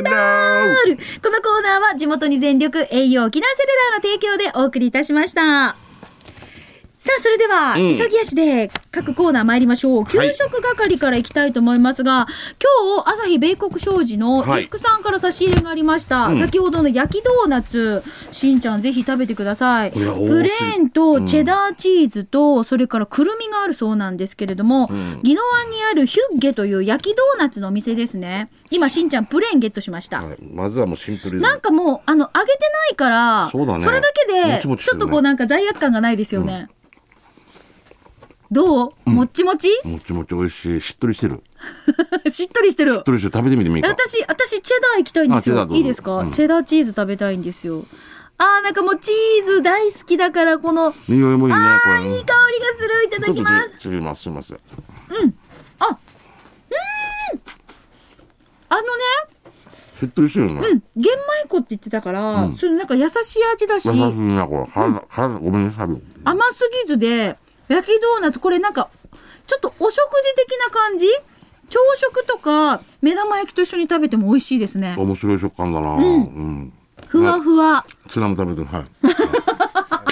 Speaker 1: ロックンロールこのコーナーは地元に全力栄養沖縄セルラーの提供でお送りいたしました。さあ、それでは、
Speaker 2: うん
Speaker 1: 急ぎ足で各コーナー参りましょう。給
Speaker 2: はい
Speaker 1: 食係からいきたいと思いますが、今日、朝日米国商事の
Speaker 2: はい
Speaker 1: 伊福さんから差し入れがありました。
Speaker 2: うん
Speaker 1: 先ほどの焼きドーナツ、しんちゃんぜひ食べてください。
Speaker 2: これは多すぎ
Speaker 1: プレーンとチェダーチーズと、それからくるみがあるそうなんですけれども、
Speaker 2: ん
Speaker 1: 宜野湾にあるヒュッゲという焼きドーナツのお店ですね今しんちゃんプレーンゲットしました、
Speaker 2: はいまずはもうシンプルに
Speaker 1: なんかもうあの揚げてないから
Speaker 2: そうだね
Speaker 1: れだけ
Speaker 2: も
Speaker 1: で
Speaker 2: ちもちし
Speaker 1: ち
Speaker 2: て
Speaker 1: ょ
Speaker 2: る
Speaker 1: っ
Speaker 2: ね
Speaker 1: とこうなんか罪悪感がないですよね、どうもっちもち、 [laughs]
Speaker 2: もちもち美味しい。しっとりしてる。しっ
Speaker 1: しっとりしてる
Speaker 2: とりしてる。食べてみてもいいか。
Speaker 1: 私私チェダー行きたいんです
Speaker 2: あチェダ
Speaker 1: よ
Speaker 2: ーどうぞ
Speaker 1: いいですか、
Speaker 2: うん
Speaker 1: チェダーチーズ食べたいんですよあーなんかもうチーズ大好きだからこの
Speaker 2: 匂いもいいね
Speaker 1: あ
Speaker 2: こ
Speaker 1: ー
Speaker 2: れ
Speaker 1: いい香りがするいただきま
Speaker 2: ちょっ
Speaker 1: す
Speaker 2: とちょっとますすいません
Speaker 1: ああのね
Speaker 2: しっとりしてるね、
Speaker 1: うん玄米粉って言ってたから、それなんか優しい味だし
Speaker 2: 優しいなこれ腹腹ごめんなさい
Speaker 1: 甘すぎずで焼きドーナツこれなんかちょっとお食事的な感じ朝食とか目玉焼きと一緒に食べても美味しいですね
Speaker 2: 面白い食感だなうん、
Speaker 1: ふわふわ
Speaker 2: ツナも食べてるは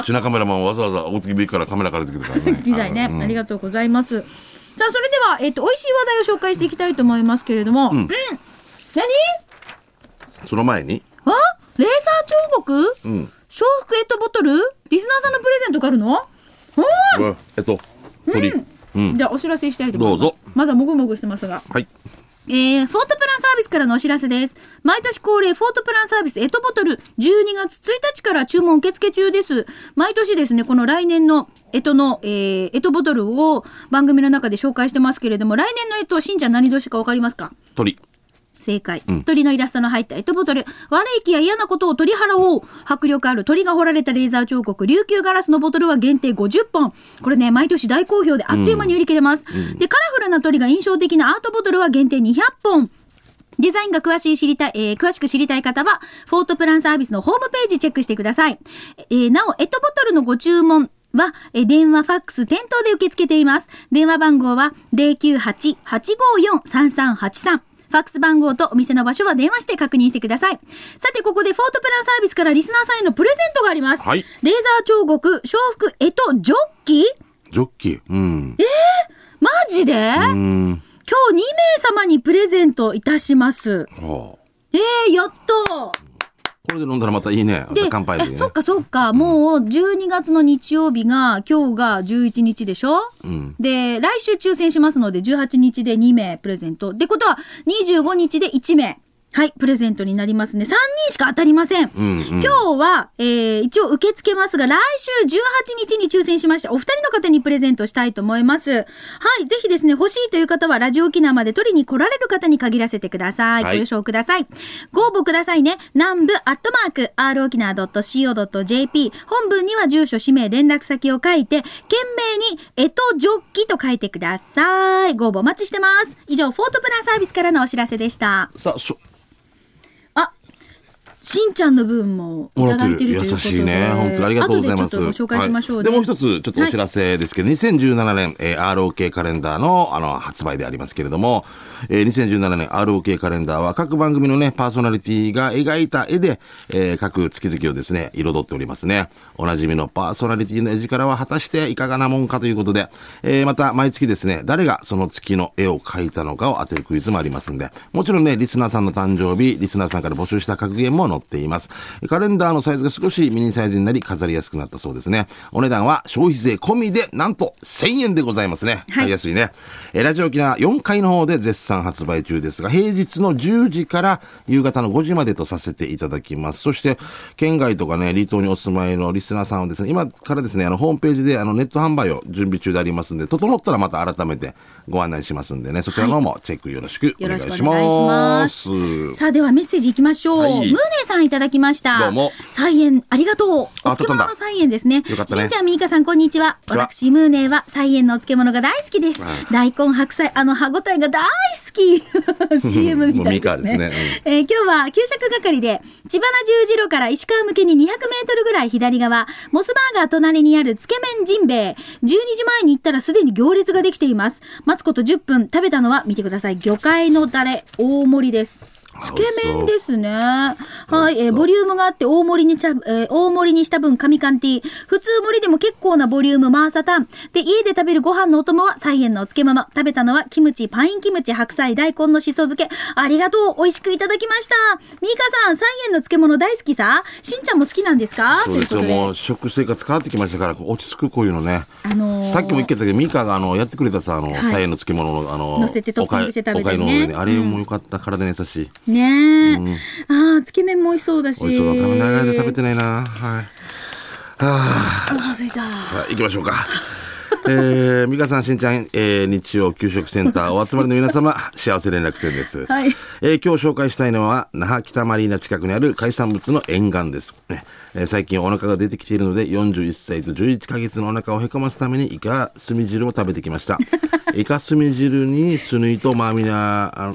Speaker 2: い [laughs] ツナカメラマンわざわざ大月ビーからカメラ借りてきてたからね
Speaker 1: 機材ね、
Speaker 2: うん
Speaker 1: ありがとうございますさあそれでは、えっと美味しい話題を紹介していきたいと思いますけれども、うん何
Speaker 2: その前に
Speaker 1: あレーサー彫刻、
Speaker 2: うん
Speaker 1: 小福エットボトルリスナーさんのプレゼントがあるの
Speaker 2: うわえっと鳥うん、
Speaker 1: じゃあお知らせしたいと思います
Speaker 2: どうぞ
Speaker 1: まだもぐもぐしてますが
Speaker 2: はい
Speaker 1: えー、フォートプランサービスからのお知らせです。毎年恒例、フォートプランサービスエトボトル、12月1日から注文受付中です。毎年ですね、この来年のエトの、えー、エトボトルを番組の中で紹介してますけれども、来年のエト、しんちゃん何年かわかりますか
Speaker 2: 鳥
Speaker 1: 正解、
Speaker 2: うん
Speaker 1: 鳥のイラストの入ったエトボトル悪い気や嫌なことを取り払おう迫力ある鳥が彫られたレーザー彫刻琉球ガラスのボトルは限定50本これね毎年大好評であっという間に売り切れます、でカラフルな鳥が印象的なアートボトルは限定200本デザインが詳しい知りたい、えー詳しく知りたい方は、フォートプランサービスのホームページチェックしてください。えーなお、エトボトルのご注文は、えー電話、ファックス、店頭で受け付けています。電話番号は、098-854-3383。ファックス番号とお店の場所は電話して確認してください。さて、ここでフォートプランサービスからリスナーさんへのプレゼントがあります。
Speaker 2: はい
Speaker 1: レーザー彫刻、小服、エト、ジョッキ
Speaker 2: ジョッキーうん
Speaker 1: マジで、今
Speaker 2: うん
Speaker 1: 日2名様にプレゼントいたします。
Speaker 2: はあ
Speaker 1: えー、やった
Speaker 2: これで飲んだらまたいいね
Speaker 1: で、
Speaker 2: 乾杯
Speaker 1: え
Speaker 2: でね
Speaker 1: そっかそっか、もう12月の日曜日が、今日が11日でしょ、
Speaker 2: うん
Speaker 1: で、来週抽選しますので、18日で2名プレゼント。ってことは、25日で1名。はい、プレゼントになりますね。3人しか当たりません。
Speaker 2: うんうん
Speaker 1: 今日は、えー一応受け付けますが、来週18日に抽選しました。お二人の方にプレゼントしたいと思います。はい、ぜひですね、欲しいという方は、ラジオ沖縄まで取りに来られる方に限らせてください。
Speaker 2: はい
Speaker 1: ご了承ください。ご応募くださいね。南部アットマーク、r 沖縄 .co.jp。本文には住所、氏名、連絡先を書いて、懸命に、えとジョッキと書いてください。ご応募お待ちしてます。以上、フォートプランサービスからのお知らせでした。
Speaker 2: さあそ
Speaker 1: あしんちゃんの分もい
Speaker 2: もら
Speaker 1: た
Speaker 2: って
Speaker 1: だいてる
Speaker 2: る
Speaker 1: ということ
Speaker 2: 優
Speaker 1: で
Speaker 2: しいね本当にありがとうございます
Speaker 1: 後でちょっとご紹介しましょうね、
Speaker 2: はいでもう一つちょっとお知らせですけど、2017年、えー ROK カレンダーのあの発売でありますけれども、えー2017年 ROK カレンダーは各番組のねパーソナリティが描いた絵で、えー各月々をですね彩っておりますねおなじみのパーソナリティの絵力は果たしていかがなもんかということで、えーまた毎月ですね誰がその月の絵を描いたのかを当てるクイズもありますんでもちろんねリスナーさんの誕生日リスナーさんから募集した格言も載っていますカレンダーのサイズが少しミニサイズになり飾りやすくなったそうですねお値段は消費税込みでなんと1000円でございますね
Speaker 1: はい
Speaker 2: 買いやすいねえーラジオ沖縄4階の方で絶賛発売中ですが平日の10時から夕方の5時までとさせていただきますそして県外とかね離島にお住まいのリスナーさんはですね今からですねあのホームページであのネット販売を準備中でありますんで整ったらまた改めてご案内しますんでねそちらの方もチェックよろしくお願いします,、
Speaker 1: よろしくお願いしますさあではメッセージいきましょう、
Speaker 2: はい
Speaker 1: ムーネさんいただきました
Speaker 2: どうも
Speaker 1: 菜園ありがとう
Speaker 2: あ
Speaker 1: お漬物
Speaker 2: 撮ったん
Speaker 1: の
Speaker 2: だ
Speaker 1: 菜園ですね
Speaker 2: よかったね
Speaker 1: しんちゃんみーかさんこんにちは
Speaker 2: んにちは
Speaker 1: 私ムーネは菜園のお漬物が大好きです大根白菜あの歯ごたえが大好き [laughs] CM みたいですね
Speaker 2: もうミーカーですねうん
Speaker 1: えー今日は給食係で、千葉な十字路から石川向けに200メートルぐらい左側、モスバーガー隣にあるつけ麺ジンベエ。12時前に行ったらすでに行列ができています。待つこと10分、食べたのは、見てください、魚介のタレ、大盛りです。つけ麺ですね。はい、えーボリュームがあって大盛りにちゃ、えー大盛りにした分、神缶ティー。普通盛りでも結構なボリューム、マーサタン。で、家で食べるご飯のお供は、菜園のお漬物。食べたのは、キムチ、パインキムチ、白菜、大根のしそ漬け。ありがとう、美味しくいただきました。ミーカさん、菜園の漬物大好きさしんちゃんも好きなんですか
Speaker 2: そうですよ。
Speaker 1: ということ
Speaker 2: もう食生活変わってきましたから、こう落ち着くこういうのね。
Speaker 1: あのー
Speaker 2: さっきも言ってたけど、ミカがあのやってくれたさ、あの、
Speaker 1: い
Speaker 2: 菜園の漬物の、あの、
Speaker 1: 乗せてトッピングして食べてね
Speaker 2: おかゆの上に、
Speaker 1: うん
Speaker 2: あれも良かった、体に優しい。
Speaker 1: ねえ。ああ、つけ麺も美味しそうだし。
Speaker 2: おいしそうだ。食べ長い間食べてないな。はい。は
Speaker 1: あー、すいた。
Speaker 2: あ、はい行きましょうか。 [laughs] えー、美香さん、しんちゃん、えー、日曜給食センターお集まりの皆様、幸せ連絡船です。
Speaker 1: はい
Speaker 2: えー今日紹介したいのは、那覇北マリーナ近くにある海産物の沿岸です。ねえー最近お腹が出てきているので、41歳と11ヶ月のお腹をへこますために、イカスミ汁を食べてきま
Speaker 1: [laughs]
Speaker 2: した。イカスミ汁に、スヌイとマーミナー、あ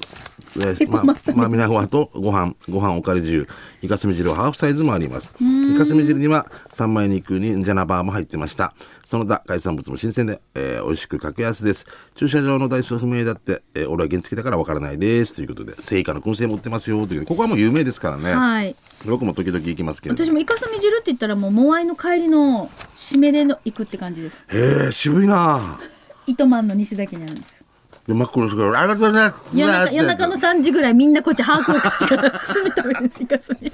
Speaker 2: えー
Speaker 1: へこますために
Speaker 2: まあ、ミナフワとご飯、ご飯おかれ自由、イカスミ汁はハーフサイズもあります。イカスミ汁には三枚肉にジャナバーも入ってました。その他、海産物も新鮮で、えー美味しく格安です。駐車場の台数不明だって、えー俺は原付だからわからないです。ということで、聖火の燻製持ってますよ。というここはもう有名ですからね。
Speaker 1: はい。
Speaker 2: 僕も時々行きますけれど
Speaker 1: 私。もイカスミ汁って言ったらもうモアイの帰りの締めでの行くって感じです。
Speaker 2: へえ、渋いな
Speaker 1: 糸満の西崎にあるんですよ。
Speaker 2: で、マックの人が、ありがとうございます。
Speaker 1: 夜中夜中の3時ぐらいみんなこっちハーフをしてから進めためですイカス
Speaker 2: [laughs]
Speaker 1: ミ。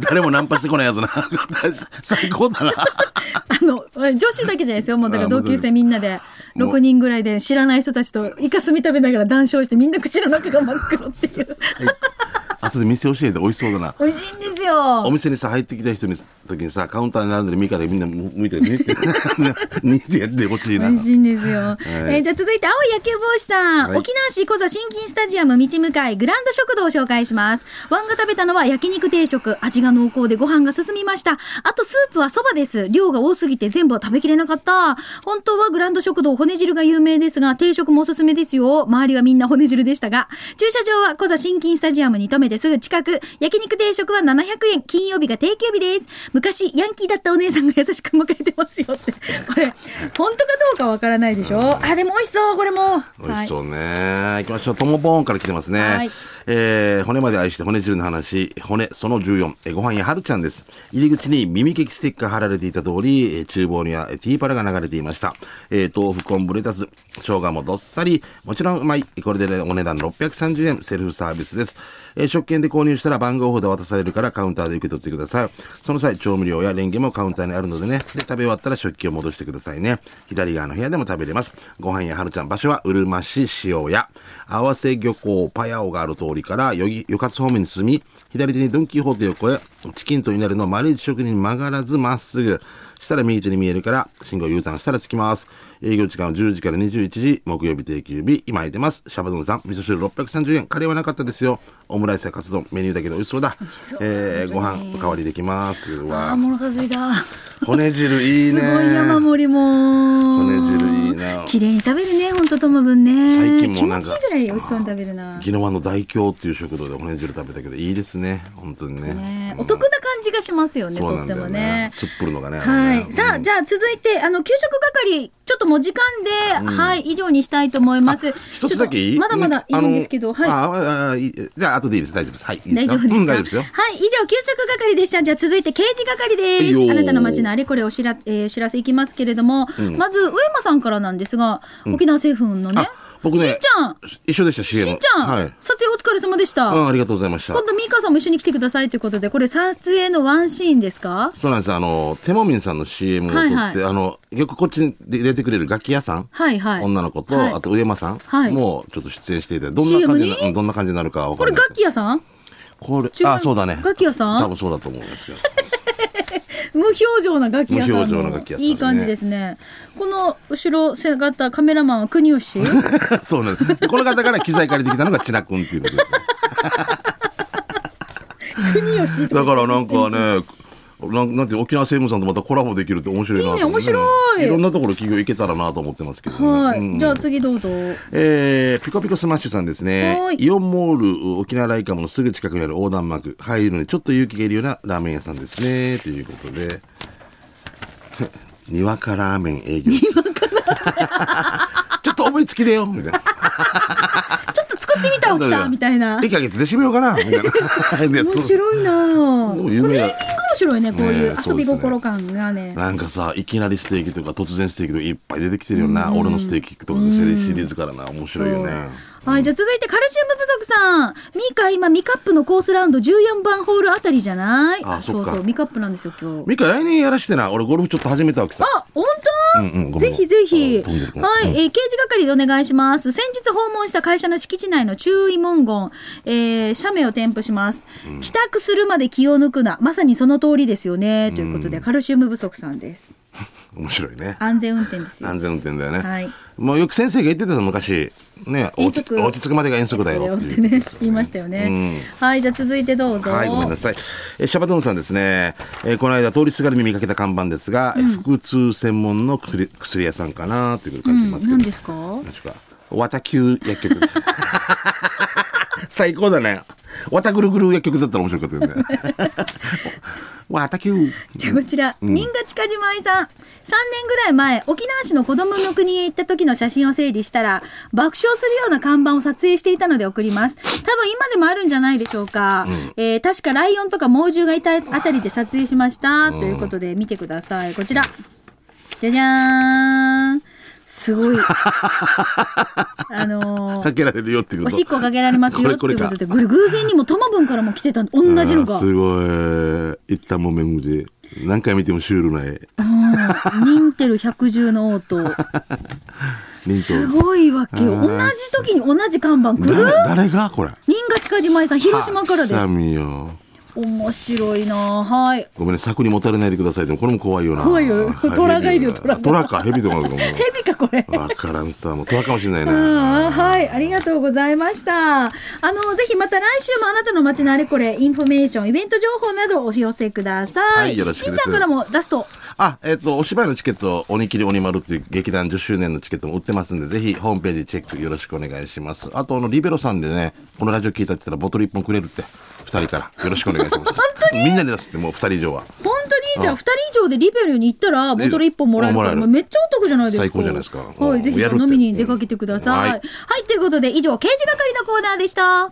Speaker 2: 誰もナンパしてこないやつな。 [laughs] 最高だな。
Speaker 1: あの女子だけじゃないですよもうだから同級生みんなで
Speaker 2: もう
Speaker 1: 6人ぐらいで知らない人たちとイカスミ食べながら談笑してみんな口の中が真っ黒っていう
Speaker 2: 後で店教えて美味しそうだな。
Speaker 1: 美味しいんです
Speaker 2: [laughs] お
Speaker 1: よ
Speaker 2: 店にさ、入ってきた人に、時にさ、カウンターに並んでるミカでみんな向いてるね。 [laughs] にってやってほしい
Speaker 1: 美
Speaker 2: な。
Speaker 1: 味しいんですよ、えーじゃあ続いて青い野球帽子さん、
Speaker 2: はい
Speaker 1: 沖縄市小座新金スタジアム道向かいグランド食堂を紹介しますワンが食べたのは焼肉定食味が濃厚でご飯が進みましたあとスープはそばです量が多すぎて全部は食べきれなかった本当はグランド食堂骨汁が有名ですが定食もおすすめですよ周りはみんな骨汁でしたが駐車場は小座新金スタジアムに停めてすぐ近く焼肉定食は700円金曜日が定休日です昔ヤンキーだったお姉さんが優しく迎えてますよってこれ本当かどうかわからないでしょあでも美味しそうこれも
Speaker 2: 美味し
Speaker 1: は
Speaker 2: そうね。行きましょう。ともぽーんから来てますね。
Speaker 1: はい
Speaker 2: えー骨まで愛して骨汁の話、骨その14、えーご飯屋はるちゃんです。入り口に耳ケキステッカー貼られていた通り、えー厨房にはえーティーパラが流れていました。えー豆腐、昆布、レタス、生姜もどっさり、もちろんうまい。これで、ね、お値段630円、セルフサービスです。えー食券で購入したら番号札渡されるからカウンターで受け取ってください。その際、調味料やレンゲもカウンターにあるのでね。で、食べ終わったら食器を戻してくださいね。左側の部屋でも食べれます。ご飯やはるちゃん、場所はうるま市塩屋。合わせ漁港パヤオがある通りから、よぎ、よかつ方面に進み、左手にドンキホーテを越え、チキンと稲荷のマリージ職人に曲がらずまっすぐ。したら右手に見えるから、信号 U ターンしたら着きます。営業時間は10時から21時、木曜日定休日、今空いてます。シャバドゥンさん、味噌汁630円、カレーはなかったですよ。オムライスやカツ丼、メニューだけど美味しそうだ。えー、ご飯おかわりできます。う
Speaker 1: いあ
Speaker 2: わ
Speaker 1: ーもろかすいた
Speaker 2: 骨汁いい
Speaker 1: す
Speaker 2: ね。
Speaker 1: ごい山盛りも
Speaker 2: 骨汁いいな
Speaker 1: 綺麗に食べるね本当ともぶんね
Speaker 2: 最近もなん
Speaker 1: 気
Speaker 2: か
Speaker 1: 持ちいいぐらい美味しそうに食べるな
Speaker 2: 宜野湾の大京っていう食堂で骨汁食べたけど、いいですね。本当にね。
Speaker 1: ね
Speaker 2: うん
Speaker 1: お得な感じがしますよね、
Speaker 2: そう
Speaker 1: と
Speaker 2: な
Speaker 1: っ
Speaker 2: ん
Speaker 1: て
Speaker 2: だ
Speaker 1: も
Speaker 2: よ
Speaker 1: ね
Speaker 2: ね。。すっぷるのがね。
Speaker 1: は
Speaker 2: あの
Speaker 1: い。
Speaker 2: ね
Speaker 1: さあ、じゃあ続いて、あの、給食係、ちょっともう時間で、はい、以上にしたいと思います。
Speaker 2: 一つだけい
Speaker 1: ち
Speaker 2: い
Speaker 1: ょっとまだまだいるんですけど、
Speaker 2: あの
Speaker 1: はい。
Speaker 2: あああいいじゃあ、後でいいです。大丈夫です。はい。いい
Speaker 1: 大
Speaker 2: よ
Speaker 1: 丈夫ですか、
Speaker 2: うん、大丈夫ですよ。
Speaker 1: はい、以上、給食係でした。じゃあ続いて、刑事係で
Speaker 2: はいよ
Speaker 1: す。
Speaker 2: ー
Speaker 1: あなたの街のあれこれお知ら、えー知らせいきますけれども、まず、上間さんからなんですが、沖縄政府のね
Speaker 2: あ、僕ね
Speaker 1: しんちゃん、
Speaker 2: 一緒でした、CM。
Speaker 1: しんちゃん、
Speaker 2: はい。
Speaker 1: 撮影お疲れ様でした。
Speaker 2: うん、ありがとうございました。
Speaker 1: 今度、ミーカーさんも一緒に来てくださいということで、これ、撮影のワンシーンですか
Speaker 2: そうなんです。あの、テモミンさんの CM を撮って、
Speaker 1: はいはい
Speaker 2: あの、よくこっちに出てくれる楽器屋さん、
Speaker 1: はいはい。
Speaker 2: 女の子と、
Speaker 1: はい
Speaker 2: あと上間さん、
Speaker 1: はい
Speaker 2: もうちょっと出演していて、どんな感
Speaker 1: CM
Speaker 2: じ
Speaker 1: に
Speaker 2: な、うんどんな感じになるかわ
Speaker 1: こ
Speaker 2: か
Speaker 1: れ
Speaker 2: りま
Speaker 1: 楽
Speaker 2: せん。
Speaker 1: 器屋さん
Speaker 2: これ
Speaker 1: 違う
Speaker 2: あ、そうだね。
Speaker 1: 楽器屋さん
Speaker 2: 多分そうだと思うんですけど。
Speaker 1: 無表情な楽器屋さんの
Speaker 2: 無表情な楽器屋さんね
Speaker 1: いい感じですねこの後ろ姿カメラマンは国
Speaker 2: [laughs]
Speaker 1: 吉
Speaker 2: そうなんです。でこの方から機材借りてきたのが千奈君っていうこ
Speaker 1: [laughs]
Speaker 2: とですね。
Speaker 1: 国吉と
Speaker 2: だからなんかね、なんなんていう沖縄政務さんとまたコラボできるって面白いなと思
Speaker 1: いいね面白い
Speaker 2: いろんなところ企業行けたらなと思ってますけどね。
Speaker 1: はい、
Speaker 2: うん
Speaker 1: じゃあ次どうぞ
Speaker 2: えー、ピコピコスマッシュさんですね
Speaker 1: はー。い
Speaker 2: イオンモール沖縄ライカムのすぐ近くにある横断幕。入るのにちょっと勇気がいるようなラーメン屋さんですね。ということで。 [laughs] にわかラーメン
Speaker 1: [laughs]
Speaker 2: 営業。ちょっと思いつきでよ、みたいな。
Speaker 1: ちょっと作ってみた沖さんみたいな
Speaker 2: 1ヶ月で締めようかな、みたいな。
Speaker 1: 面白いなあ
Speaker 2: で
Speaker 1: こ
Speaker 2: も
Speaker 1: れネ
Speaker 2: 有
Speaker 1: ーミ
Speaker 2: 名
Speaker 1: ン
Speaker 2: だ
Speaker 1: グ面白いねこういう
Speaker 2: ねえ
Speaker 1: 遊び心感がね
Speaker 2: なんかさ、いきなりステーキとか突然ステーキとかいっぱい出てきてるよな。俺のステーキとかのシリーズからな、面白いよね。
Speaker 1: はい、じゃあ続いてカルシウム不足さん。ミカ今、ミカップのコースラウンド14番ホールあたりじゃない
Speaker 2: あそっか
Speaker 1: うそう、ミカップなんですよ、今日。
Speaker 2: ミカ来年やらしてな。俺ゴルフちょっと始めたわけさ。
Speaker 1: あ、本当、
Speaker 2: うんうんごめ
Speaker 1: ぜ
Speaker 2: ん
Speaker 1: ひぜひ。
Speaker 2: あ
Speaker 1: は
Speaker 2: 飛んで
Speaker 1: い、
Speaker 2: る
Speaker 1: えー刑事係でお願いします。先日訪問した会社の敷地内の注意文言、えー社名を添付します。帰宅するまで気を抜くな。まさにその通りですよね。ということで、カルシウム不足さんです。
Speaker 2: 面白いね。
Speaker 1: 安全運転ですよ
Speaker 2: 安全運転だよね。
Speaker 1: はい
Speaker 2: もうよく先生が言ってたの昔、ね、
Speaker 1: 遠
Speaker 2: 落ち
Speaker 1: 足
Speaker 2: 落ち着くまでが遠足だよ
Speaker 1: っ
Speaker 2: って
Speaker 1: て
Speaker 2: いう
Speaker 1: ね言いましたよね、はいじゃあ続いてどうぞ
Speaker 2: はい、ごめんなさい。えーシャバドゥンさんですね。えーこの間通りすがるに見かけた看板ですが、えー腹痛専門の薬薬屋さんかなということ
Speaker 1: う
Speaker 2: 書いて
Speaker 1: ん
Speaker 2: ますけど。
Speaker 1: 何ですか
Speaker 2: 何ですかわたきゅう薬局。最高だね。わたぐるぐる薬局だったら面白かったよね。わたきゅう。
Speaker 1: じゃあこちら、新賀近島愛さん。3年ぐらい前、沖縄市の子供の国へ行った時の写真を整理したら、爆笑するような看板を撮影していたので送ります。多分今でもあるんじゃないでしょうか。えー確かライオンとか猛獣がいたあたりで撮影しました。ということで見てください。こちら。じゃじゃーん。す
Speaker 2: [laughs]
Speaker 1: ごい。あの
Speaker 2: か
Speaker 1: ー
Speaker 2: けられるよっていうこ
Speaker 1: お
Speaker 2: と。
Speaker 1: しっこかけられますよって
Speaker 2: これ
Speaker 1: い
Speaker 2: こ
Speaker 1: う
Speaker 2: れ
Speaker 1: こ
Speaker 2: か
Speaker 1: とで、これ偶然にもトマブンからも来てたん同じの
Speaker 2: あ
Speaker 1: が
Speaker 2: ー。すごい。一旦もめむで。何回見てもシュールな絵。
Speaker 1: うんニンテル110の王と。
Speaker 2: 忍
Speaker 1: す
Speaker 2: と。
Speaker 1: ごいわけよ。
Speaker 2: あ
Speaker 1: 同
Speaker 2: ー
Speaker 1: じ時に同じ看板来る
Speaker 2: 誰誰がこれ。
Speaker 1: 新賀近島井さん、広島からで
Speaker 2: あ
Speaker 1: す
Speaker 2: く。しゃみよ。
Speaker 1: 面白いなあはい。
Speaker 2: ごめんね、柵にもたれないでください。でもこれも怖いよな。
Speaker 1: 怖いよこれ虎がいるよ虎が
Speaker 2: 虎か、蛇とかあるかも。
Speaker 1: 蛇か、これ。
Speaker 2: わからんさ、もう虎かもしれない
Speaker 1: ああ
Speaker 2: な。
Speaker 1: はい、ありがとうございました。あの、ぜひまた来週もあなたの街のあれこれ、インフォメーション、イベント情報などお寄せください。
Speaker 2: はいよろしくです
Speaker 1: んちゃんからも出すと、
Speaker 2: あ、えっ、と、お芝居のチケット、鬼切り鬼丸っていう劇団10周年のチケットも売ってますんで、ぜひホームページチェックよろしくお願いします。あと、あの、リベロさんでね、このラジオ聞いたって言ったらボトル1本くれるって、2人からよろしくお願いします。みんなで出すって、もう2人以上は。
Speaker 1: 本当に、じゃあ2人以上でリベルに行ったら、ボトル1本もらえるから、
Speaker 2: もらえる
Speaker 1: もうめっちゃお得じゃないですか。
Speaker 2: 最高じゃないですか
Speaker 1: はい、ぜひじゃあ飲みに出かけてください。
Speaker 2: や
Speaker 1: は
Speaker 2: るっ
Speaker 1: い、ということで、以上、刑事係のコーナーでした。